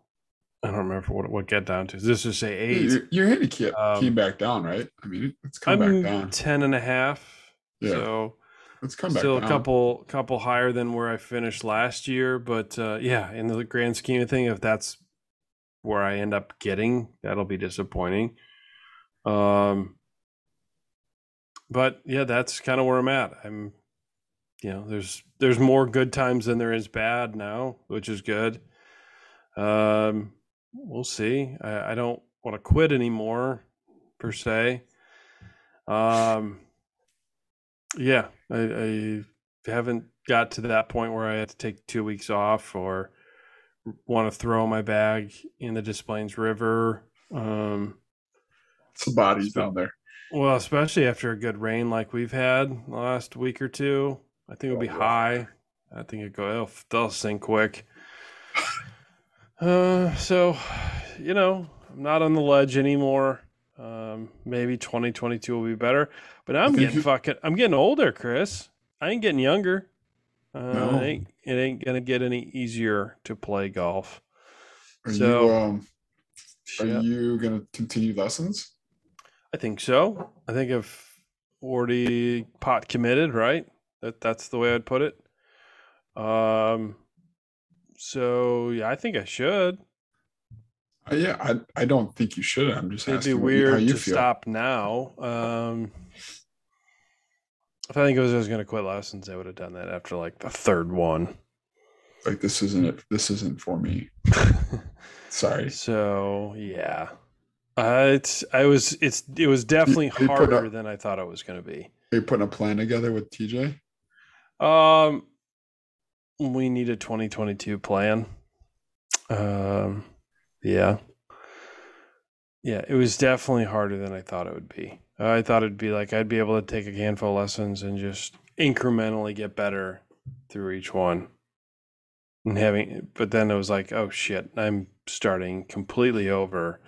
Speaker 1: I don't remember what what get down to. This is say eight.
Speaker 2: Your, your handicap
Speaker 1: Um,
Speaker 2: came back down, right? I mean, it- it's come back
Speaker 1: I'm
Speaker 2: down.
Speaker 1: ten and a half.
Speaker 2: Yeah,
Speaker 1: So
Speaker 2: it's come back
Speaker 1: still
Speaker 2: down.
Speaker 1: a couple couple higher than where I finished last year, but uh, yeah, in the grand scheme of thing, if that's where I end up getting, that'll be disappointing. Um, but yeah, that's kind of where I'm at. I'm, you know, there's there's more good times than there is bad now, which is good. Um, we'll see. I, I don't want to quit anymore, per se. Um, yeah, I, I haven't got to that point where I had to take two weeks off or want to throw my bag in the Des Plaines River. Um,
Speaker 2: Some bodies down there.
Speaker 1: well, especially after a good rain like we've had the last week or two, I think it'll be
Speaker 2: Oh, yeah.
Speaker 1: high. I think it go it'll, they'll sink quick. Uh, so, you know, I'm not on the ledge anymore. Um, maybe 2022 will be better, but I'm
Speaker 2: think
Speaker 1: getting
Speaker 2: you-
Speaker 1: fucking I'm getting older, Chris. I ain't getting younger. Uh,
Speaker 2: No.
Speaker 1: it, ain't, it ain't gonna get any easier to play golf.
Speaker 2: Are you
Speaker 1: So-
Speaker 2: um, are
Speaker 1: Shit.
Speaker 2: you gonna continue lessons?
Speaker 1: I think so. I think I've already pot committed, right? That that's the way I'd put it. Um so yeah, I think I should.
Speaker 2: Uh, yeah, I, I don't think you should. I'm just
Speaker 1: It'd be
Speaker 2: asking what you- how
Speaker 1: weird
Speaker 2: you
Speaker 1: to
Speaker 2: feel.
Speaker 1: stop now. Um if I think I was, I was gonna quit lessons, I would have done that after like the third one.
Speaker 2: Like this isn't it. This isn't for me. Sorry.
Speaker 1: so yeah. Uh, it's I was it's it was definitely
Speaker 2: you put up-
Speaker 1: harder than I thought it was gonna be.
Speaker 2: Are you putting a plan together with TJ?
Speaker 1: Um, we need a 2022 plan. Um, yeah, yeah, it was definitely harder than I thought it would be. I thought it'd be like I'd be able to take a handful of lessons and just incrementally get better through each one. And having, but then it was like, oh shit, I'm starting completely over.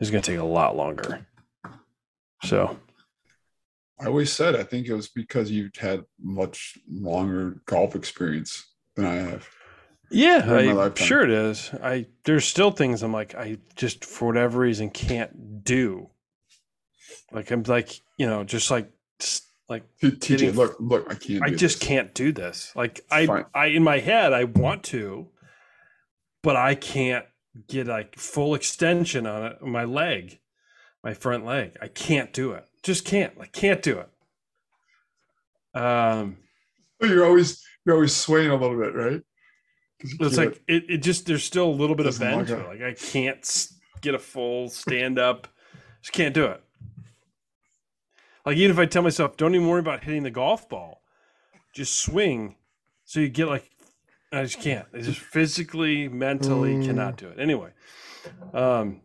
Speaker 1: It's gonna take a lot longer. So
Speaker 2: I always said I think it was because you've had much longer golf experience than I have.
Speaker 1: Yeah,
Speaker 2: during my
Speaker 1: I-
Speaker 2: lifetime.
Speaker 1: sure it is. I there's still things I'm like I just for whatever reason can't do. Like I'm like you know just like s- like
Speaker 2: T- TJ,
Speaker 1: Getting-
Speaker 2: look, look, I can't.
Speaker 1: I
Speaker 2: do
Speaker 1: just
Speaker 2: this.
Speaker 1: can't do this. Like I
Speaker 2: Fine.
Speaker 1: I in my head I want to, but I can't get like full extension on it. My leg, my front leg, I can't do it. Just can't. I can't do it. Um.
Speaker 2: Oh, You're always you're always swaying a little bit, right? 'Cause you
Speaker 1: It's
Speaker 2: can't-
Speaker 1: like it, it just there's still a little bit of
Speaker 2: Doesn't
Speaker 1: bend
Speaker 2: look
Speaker 1: to it. Like I can't s- get a full stand up. Just can't do it. Like even if I tell myself, don't even worry about hitting the golf ball, just swing. So you get like, I just can't. I just physically, mentally
Speaker 2: Mm.
Speaker 1: cannot do it. Anyway, um,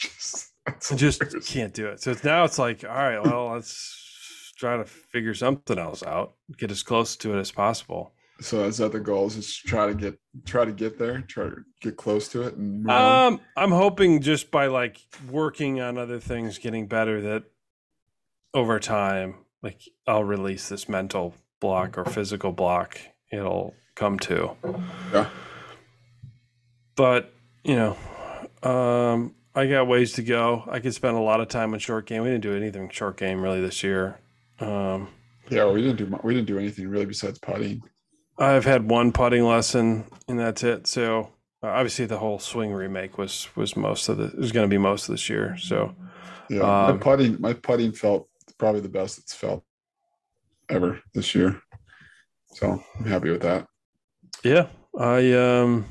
Speaker 2: just, that's
Speaker 1: I just
Speaker 2: hilarious.
Speaker 1: can't do it. So it's, now it's like, all right, well, let's try to figure something else out. Get as close to it as possible.
Speaker 2: So that's that the goal is just try to get try to get there, try to get close to it and move on?
Speaker 1: Um, I'm hoping just by like working on other things, getting better, that over time, like I'll release this mental block or physical block. It'll come to.
Speaker 2: Yeah.
Speaker 1: But you know, um, I got ways to go. I could spend a lot of time on short game. We didn't do anything short game really this year. Um,
Speaker 2: Yeah, we didn't do mu- we didn't do anything really besides putting.
Speaker 1: I've had one putting lesson, and that's it. So uh, obviously, the whole swing remake was was most of the is going to be most of this year. So.
Speaker 2: Yeah, my
Speaker 1: Um,
Speaker 2: putting my putting felt probably the best it's felt ever this year. So I'm happy with that.
Speaker 1: Yeah, I um,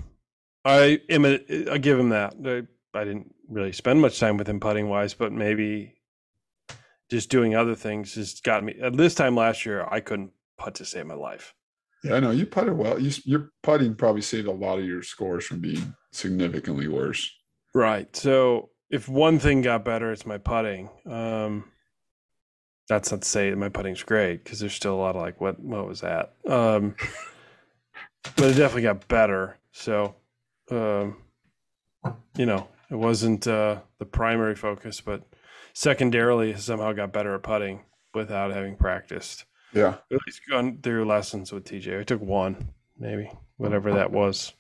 Speaker 1: I am. A, I give him that. I, I didn't really spend much time with him putting wise, but maybe just doing other things has got me. At this time last year, I couldn't putt to save my life.
Speaker 2: Yeah, I know you putted well. You, your putting probably saved a lot of your scores from being significantly worse.
Speaker 1: Right. So if one thing got better, it's my putting. Um, that's not to say that my putting's great because there's still a lot of like what what was that? Um, but it definitely got better. So, um, you know, it wasn't uh, the primary focus, but secondarily somehow got better at putting without having practiced.
Speaker 2: Yeah,
Speaker 1: At least gone through lessons with TJ. I took one, maybe whatever that was,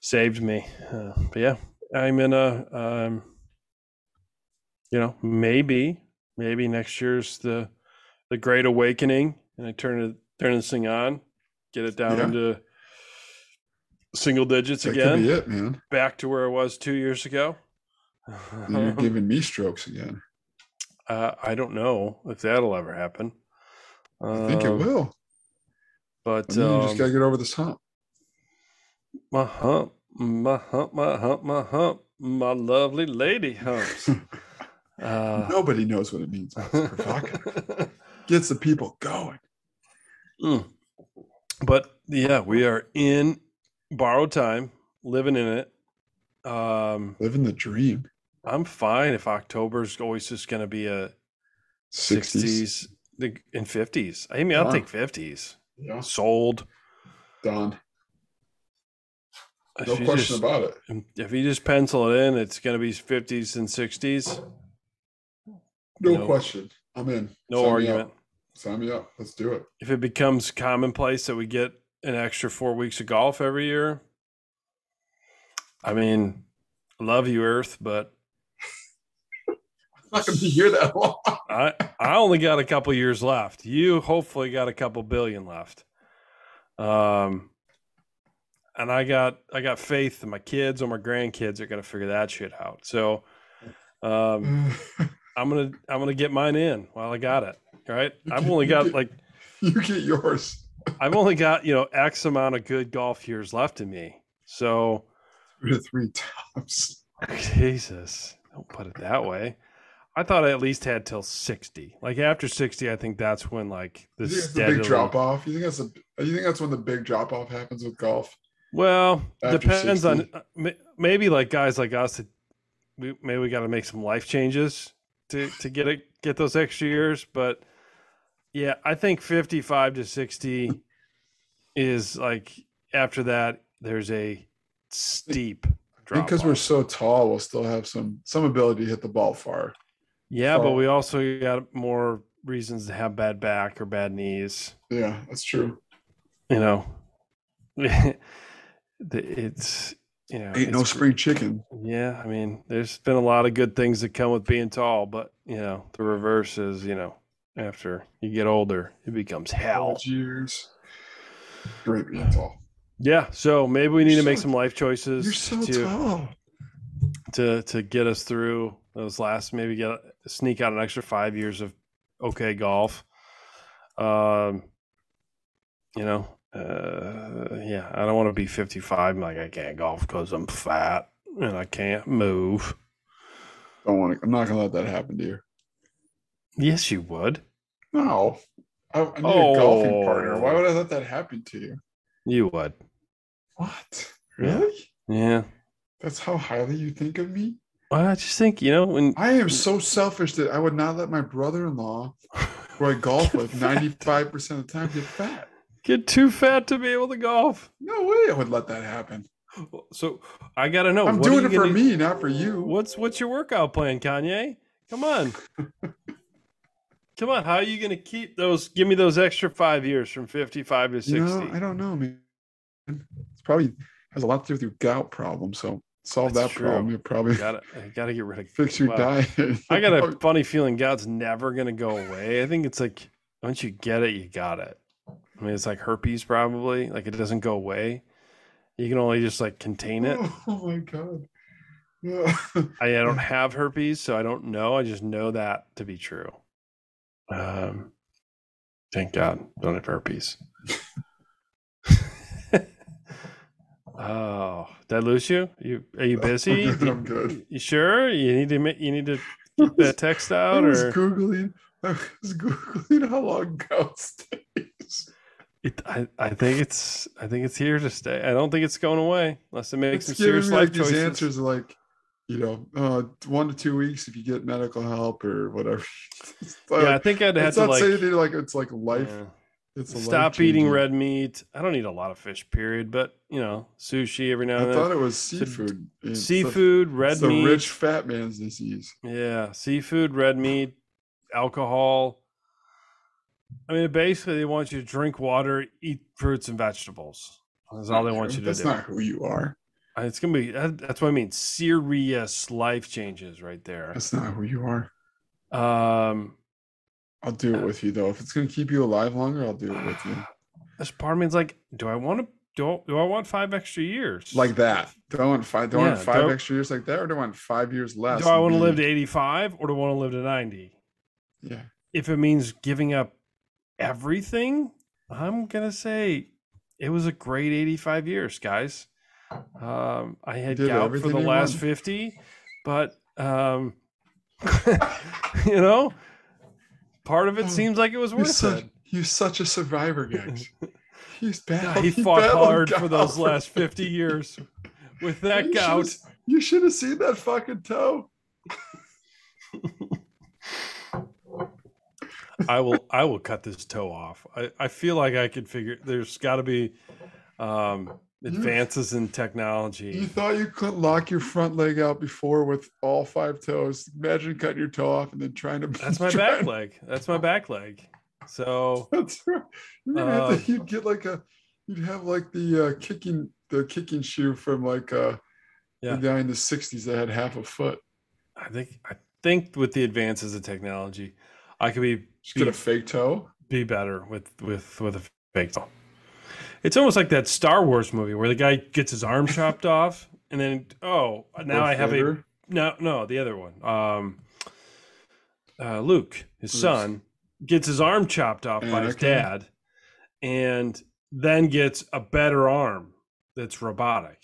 Speaker 1: saved me. Uh, but yeah, I'm in a, um, you know, maybe maybe next year's the the great awakening, and I turn it turn this thing on, get it down
Speaker 2: Yeah.
Speaker 1: into single digits
Speaker 2: that could
Speaker 1: again,
Speaker 2: be it, man.
Speaker 1: back to where I was two years ago. Uh-huh.
Speaker 2: Mm-hmm. You're giving me strokes again.
Speaker 1: Uh, I don't know if that'll ever happen.
Speaker 2: I think it
Speaker 1: Um,
Speaker 2: will. I
Speaker 1: But
Speaker 2: mean, you just
Speaker 1: um,
Speaker 2: gotta get over this hump.
Speaker 1: my hump, my hump, my hump, my hump, my lovely lady humps. Uh,
Speaker 2: Nobody knows what it means. but It's provocative. Gets the people going.
Speaker 1: Mm. But yeah, we are in borrowed time, living in it. Um,
Speaker 2: Living the dream.
Speaker 1: I'm fine if October's always just going to be a
Speaker 2: 60s.
Speaker 1: 60s, like, and 50s. I mean, I'll
Speaker 2: Yeah.
Speaker 1: take 50s.
Speaker 2: Yeah.
Speaker 1: Sold.
Speaker 2: Done.
Speaker 1: If
Speaker 2: No
Speaker 1: you just-
Speaker 2: question about it.
Speaker 1: If you just pencil it in, it's going to be 50s and 60s.
Speaker 2: No,
Speaker 1: No.
Speaker 2: question. I'm in.
Speaker 1: No
Speaker 2: Sign me up.
Speaker 1: argument.
Speaker 2: Sign me up. Let's do it.
Speaker 1: If it becomes commonplace that we get an extra four weeks of golf every year, I mean, love you, Earth, but
Speaker 2: I'm not gonna be here that long.
Speaker 1: I I only got a couple years left. You hopefully got a couple billion left. Um, and I got I got faith that my kids or my grandkids are gonna figure that shit out. So, um, I'm gonna I'm gonna get mine in while I got it. All right, I've only got like
Speaker 2: you get yours.
Speaker 1: I've only got you know X amount of good golf years left in me. So,
Speaker 2: Two to three times.
Speaker 1: Jesus, don't put it that way. I thought I at least had till sixty. Like after sixty, I think that's when like
Speaker 2: You
Speaker 1: the
Speaker 2: think that's the big
Speaker 1: steadily-
Speaker 2: drop off? You think that's a, you think that's when the big drop off happens with golf?
Speaker 1: Well,
Speaker 2: After
Speaker 1: depends
Speaker 2: 60.
Speaker 1: on on m- maybe like guys like us that we, maybe we got to make some life changes to to get it get those extra years. But yeah, I think fifty five to sixty is like after that there's a steep drop
Speaker 2: because we're so tall, we'll still have some some ability to hit the ball far.
Speaker 1: yeah, but
Speaker 2: tall.
Speaker 1: we also got more reasons to have bad back or bad knees.
Speaker 2: Yeah, that's true.
Speaker 1: You know, The- it's you know
Speaker 2: Ain't no
Speaker 1: it's-
Speaker 2: spring chicken.
Speaker 1: Yeah, I mean, there's been a lot of good things that come with being tall, but you know, the reverse is, you know, after you get older, it becomes
Speaker 2: Oh,
Speaker 1: hell.
Speaker 2: College years. Great being tall.
Speaker 1: Yeah, so maybe we need
Speaker 2: You're
Speaker 1: to make
Speaker 2: so-
Speaker 1: some life choices
Speaker 2: You're so
Speaker 1: to
Speaker 2: tall.
Speaker 1: to to get us through those last maybe get sneak out an extra 5 years of okay golf. Um you know, uh yeah, I don't want to be 55 and like I can't golf cuz I'm fat and I can't move.
Speaker 2: Don't want to. I'm not gonna let that happen to you.
Speaker 1: Yes, you would.
Speaker 2: No. I, I need a golfing
Speaker 1: Oh.
Speaker 2: partner. Why would I let that happen to you?
Speaker 1: You would.
Speaker 2: What?
Speaker 1: Yeah.
Speaker 2: Really?
Speaker 1: Yeah.
Speaker 2: That's how highly you think of me?
Speaker 1: Well, I just think you know when
Speaker 2: I am so selfish that I would not let my brother-in-law, who I golf
Speaker 1: Get
Speaker 2: with
Speaker 1: fat.
Speaker 2: 95% of the time, get fat.
Speaker 1: get too fat to be able to golf.
Speaker 2: No way I would let that happen.
Speaker 1: So I gotta know.
Speaker 2: I'm
Speaker 1: Oh, what are
Speaker 2: doing
Speaker 1: you
Speaker 2: it for
Speaker 1: gonna-
Speaker 2: me, not for you.
Speaker 1: What's what's your workout plan, Kanye? Come on, come on. How are you gonna keep those? Give me those extra five years from fifty-five to sixty.
Speaker 2: You know, I don't know, man. It's probably has a lot to do with your gout problem. So solve
Speaker 1: That's
Speaker 2: that
Speaker 1: true.
Speaker 2: problem. You'll probably
Speaker 1: gotta I gotta get rid of.
Speaker 2: fix your
Speaker 1: wow.
Speaker 2: diet. Oh,
Speaker 1: I got a funny feeling gout's never gonna go away. I think it's like once you get it, you got it. I mean, it's like herpes, probably. Like it doesn't go away. You can only just like contain it.
Speaker 2: Oh my god. Yeah.
Speaker 1: I I
Speaker 2: Mm.
Speaker 1: don't have herpes, so I don't know. I just know that to be true. Um, thank God, don't have herpes. oh, did I lose you? You are you busy?
Speaker 2: I'm good. I'm good.
Speaker 1: you sure? You need to ma- you need to get that text
Speaker 2: I
Speaker 1: out,
Speaker 2: was
Speaker 1: or
Speaker 2: googling. I was googling how long gout stays.
Speaker 1: it, I I think it's I think it's here to stay. I don't think it's going away unless it makes some
Speaker 2: It's giving
Speaker 1: serious
Speaker 2: me
Speaker 1: life
Speaker 2: like these
Speaker 1: choices.
Speaker 2: answers are like, you know, uh, one to two weeks if you get medical help or whatever. It's like-
Speaker 1: yeah, I think I'd have
Speaker 2: it's
Speaker 1: to
Speaker 2: not
Speaker 1: like
Speaker 2: saying anything like it's like life.
Speaker 1: yeah.
Speaker 2: It's a
Speaker 1: Stop eating
Speaker 2: life-changing-
Speaker 1: red meat. I don't eat a lot of fish, period, but you know, sushi every now
Speaker 2: I
Speaker 1: and
Speaker 2: thought
Speaker 1: then.
Speaker 2: it was seafood. It's the-
Speaker 1: Seafood, red
Speaker 2: it's the
Speaker 1: meat.
Speaker 2: rich fat man's disease.
Speaker 1: Yeah, seafood, red meat, alcohol. I mean, basically, they want you to drink water, eat fruits and vegetables. That's all they
Speaker 2: Not
Speaker 1: want you
Speaker 2: true.
Speaker 1: to
Speaker 2: That's
Speaker 1: do.
Speaker 2: not who you are.
Speaker 1: Uh, It's gonna be. that- That's what I mean. Serious life changes right there.
Speaker 2: That's not who you are.
Speaker 1: Um,
Speaker 2: I'll do it with you though. If it's gonna keep you alive longer, I'll do it with you.
Speaker 1: this part of me's like, do I want to? Do I, do I want five extra years?
Speaker 2: Like that. Do I want five do I want
Speaker 1: Yeah,
Speaker 2: five
Speaker 1: don't-
Speaker 2: extra years like that, or do I want five years less?
Speaker 1: Do I
Speaker 2: and
Speaker 1: want to
Speaker 2: be-
Speaker 1: live to 85 or do I want to live to 90?
Speaker 2: Yeah.
Speaker 1: if it means giving up everything, I'm gonna say it was a great 85 years, guys. Um, I had
Speaker 2: did
Speaker 1: gout for
Speaker 2: everything
Speaker 1: the
Speaker 2: you
Speaker 1: last
Speaker 2: wanted.
Speaker 1: 50, but um, you know, part of it
Speaker 2: Oh,
Speaker 1: seems like it was
Speaker 2: You're
Speaker 1: worth
Speaker 2: such,
Speaker 1: it.
Speaker 2: you're such a survivor, guys. He's
Speaker 1: Yeah,
Speaker 2: bad.
Speaker 1: he fought hard for those last 50 years with that gout.
Speaker 2: You should have seen that fucking toe.
Speaker 1: I will I will cut this toe off. I, I feel like I could figure there's gotta be um advances in
Speaker 2: You
Speaker 1: technology.
Speaker 2: thought you couldn't lock your front leg out before with all five toes. Imagine cutting your toe off and then trying to.
Speaker 1: That's my
Speaker 2: trying-
Speaker 1: back leg. That's my back leg. So
Speaker 2: That's right. You're gonna have
Speaker 1: Um,
Speaker 2: to, you'd get like a, you'd have like the uh, kicking the kicking shoe from like uh,
Speaker 1: Yeah.
Speaker 2: the guy in the '60s that had half a foot.
Speaker 1: I think I think with the advances of technology, I could be
Speaker 2: Just get a fake toe.
Speaker 1: be better with with with a fake toe. It's almost like that Star Wars movie where the guy gets his arm chopped off and then oh now
Speaker 2: Darth
Speaker 1: I have a
Speaker 2: Vader.
Speaker 1: No, no, the other one. Um, uh, Luke, his
Speaker 2: Luke's-
Speaker 1: son, gets his arm chopped off by his
Speaker 2: Anakin.
Speaker 1: dad, and then gets a better arm that's robotic,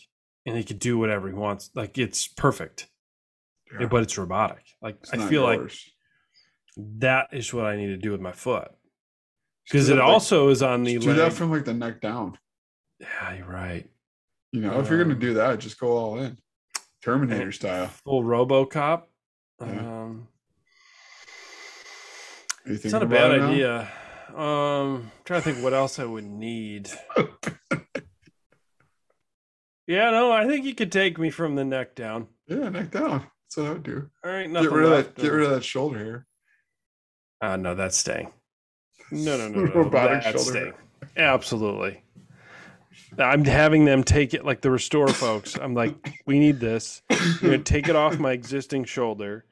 Speaker 1: and he can do whatever he wants. Like it's perfect,
Speaker 2: Yeah.
Speaker 1: but it's robotic. Like
Speaker 2: It's
Speaker 1: I
Speaker 2: not
Speaker 1: feel
Speaker 2: yours.
Speaker 1: like that is what I need to do with my foot
Speaker 2: Just
Speaker 1: because
Speaker 2: do
Speaker 1: it
Speaker 2: that, like-
Speaker 1: also is on the
Speaker 2: just
Speaker 1: leg.
Speaker 2: do that from like the neck down.
Speaker 1: yeah, you're right.
Speaker 2: You know, if you're gonna
Speaker 1: Um,
Speaker 2: do that, just go all in, Terminator style.
Speaker 1: Full RoboCop.
Speaker 2: Yeah.
Speaker 1: Um,
Speaker 2: Are you
Speaker 1: It's not a
Speaker 2: thinking about
Speaker 1: bad
Speaker 2: it now?
Speaker 1: idea. Um, trying to think what else I would need. yeah, no, I think you could take me from the neck down.
Speaker 2: Yeah, neck down. That's what I would do.
Speaker 1: All right, nothing
Speaker 2: get rid
Speaker 1: left.
Speaker 2: of that. Get rid of that shoulder hair.
Speaker 1: Ah, no, that's staying. No, no, no, no.
Speaker 2: Robotic
Speaker 1: that's
Speaker 2: shoulder.
Speaker 1: staying. Absolutely. I'm having them take it like the restore folks. I'm like, we need this. You're gonna take it off my existing shoulder.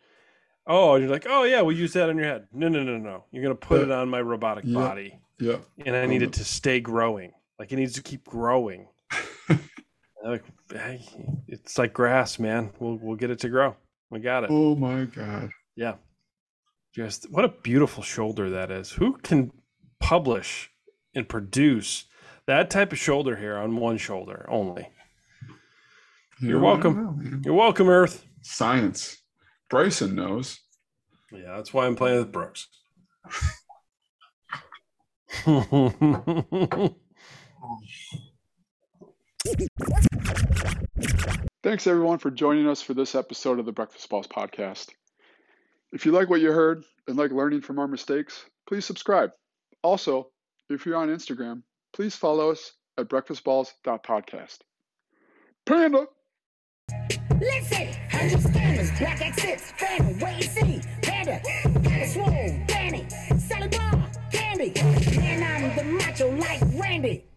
Speaker 1: Oh, and you're like, oh yeah, we'll use that on your head. No, no, no, no. You're gonna put it on my robotic
Speaker 2: Yeah.
Speaker 1: body.
Speaker 2: Yep.
Speaker 1: and I
Speaker 2: Oh,
Speaker 1: need
Speaker 2: the-
Speaker 1: it to stay growing. Like it needs to keep growing. like hey, it's like grass, man. We'll we'll get it to grow. We got it.
Speaker 2: Oh my god.
Speaker 1: Just what a beautiful shoulder that is. Who can publish and produce that type of shoulder hair on one shoulder only?
Speaker 2: You
Speaker 1: You're
Speaker 2: know, I don't
Speaker 1: welcome.
Speaker 2: know, man.
Speaker 1: You're welcome, Earth.
Speaker 2: Science. Bryson knows.
Speaker 1: Yeah, that's why I'm playing with Brooks. All
Speaker 2: Thanks everyone for joining us for this episode of the Breakfast Balls podcast. If you like what you heard and like learning from our mistakes, please subscribe. Also, if you're on Instagram, please follow us at breakfastballs.podcast. Panda!
Speaker 4: Listen, understanders, black exits, family, wait and see, panda, panda swoon, Danny, salad bar, candy, man, I'm the macho like Randy.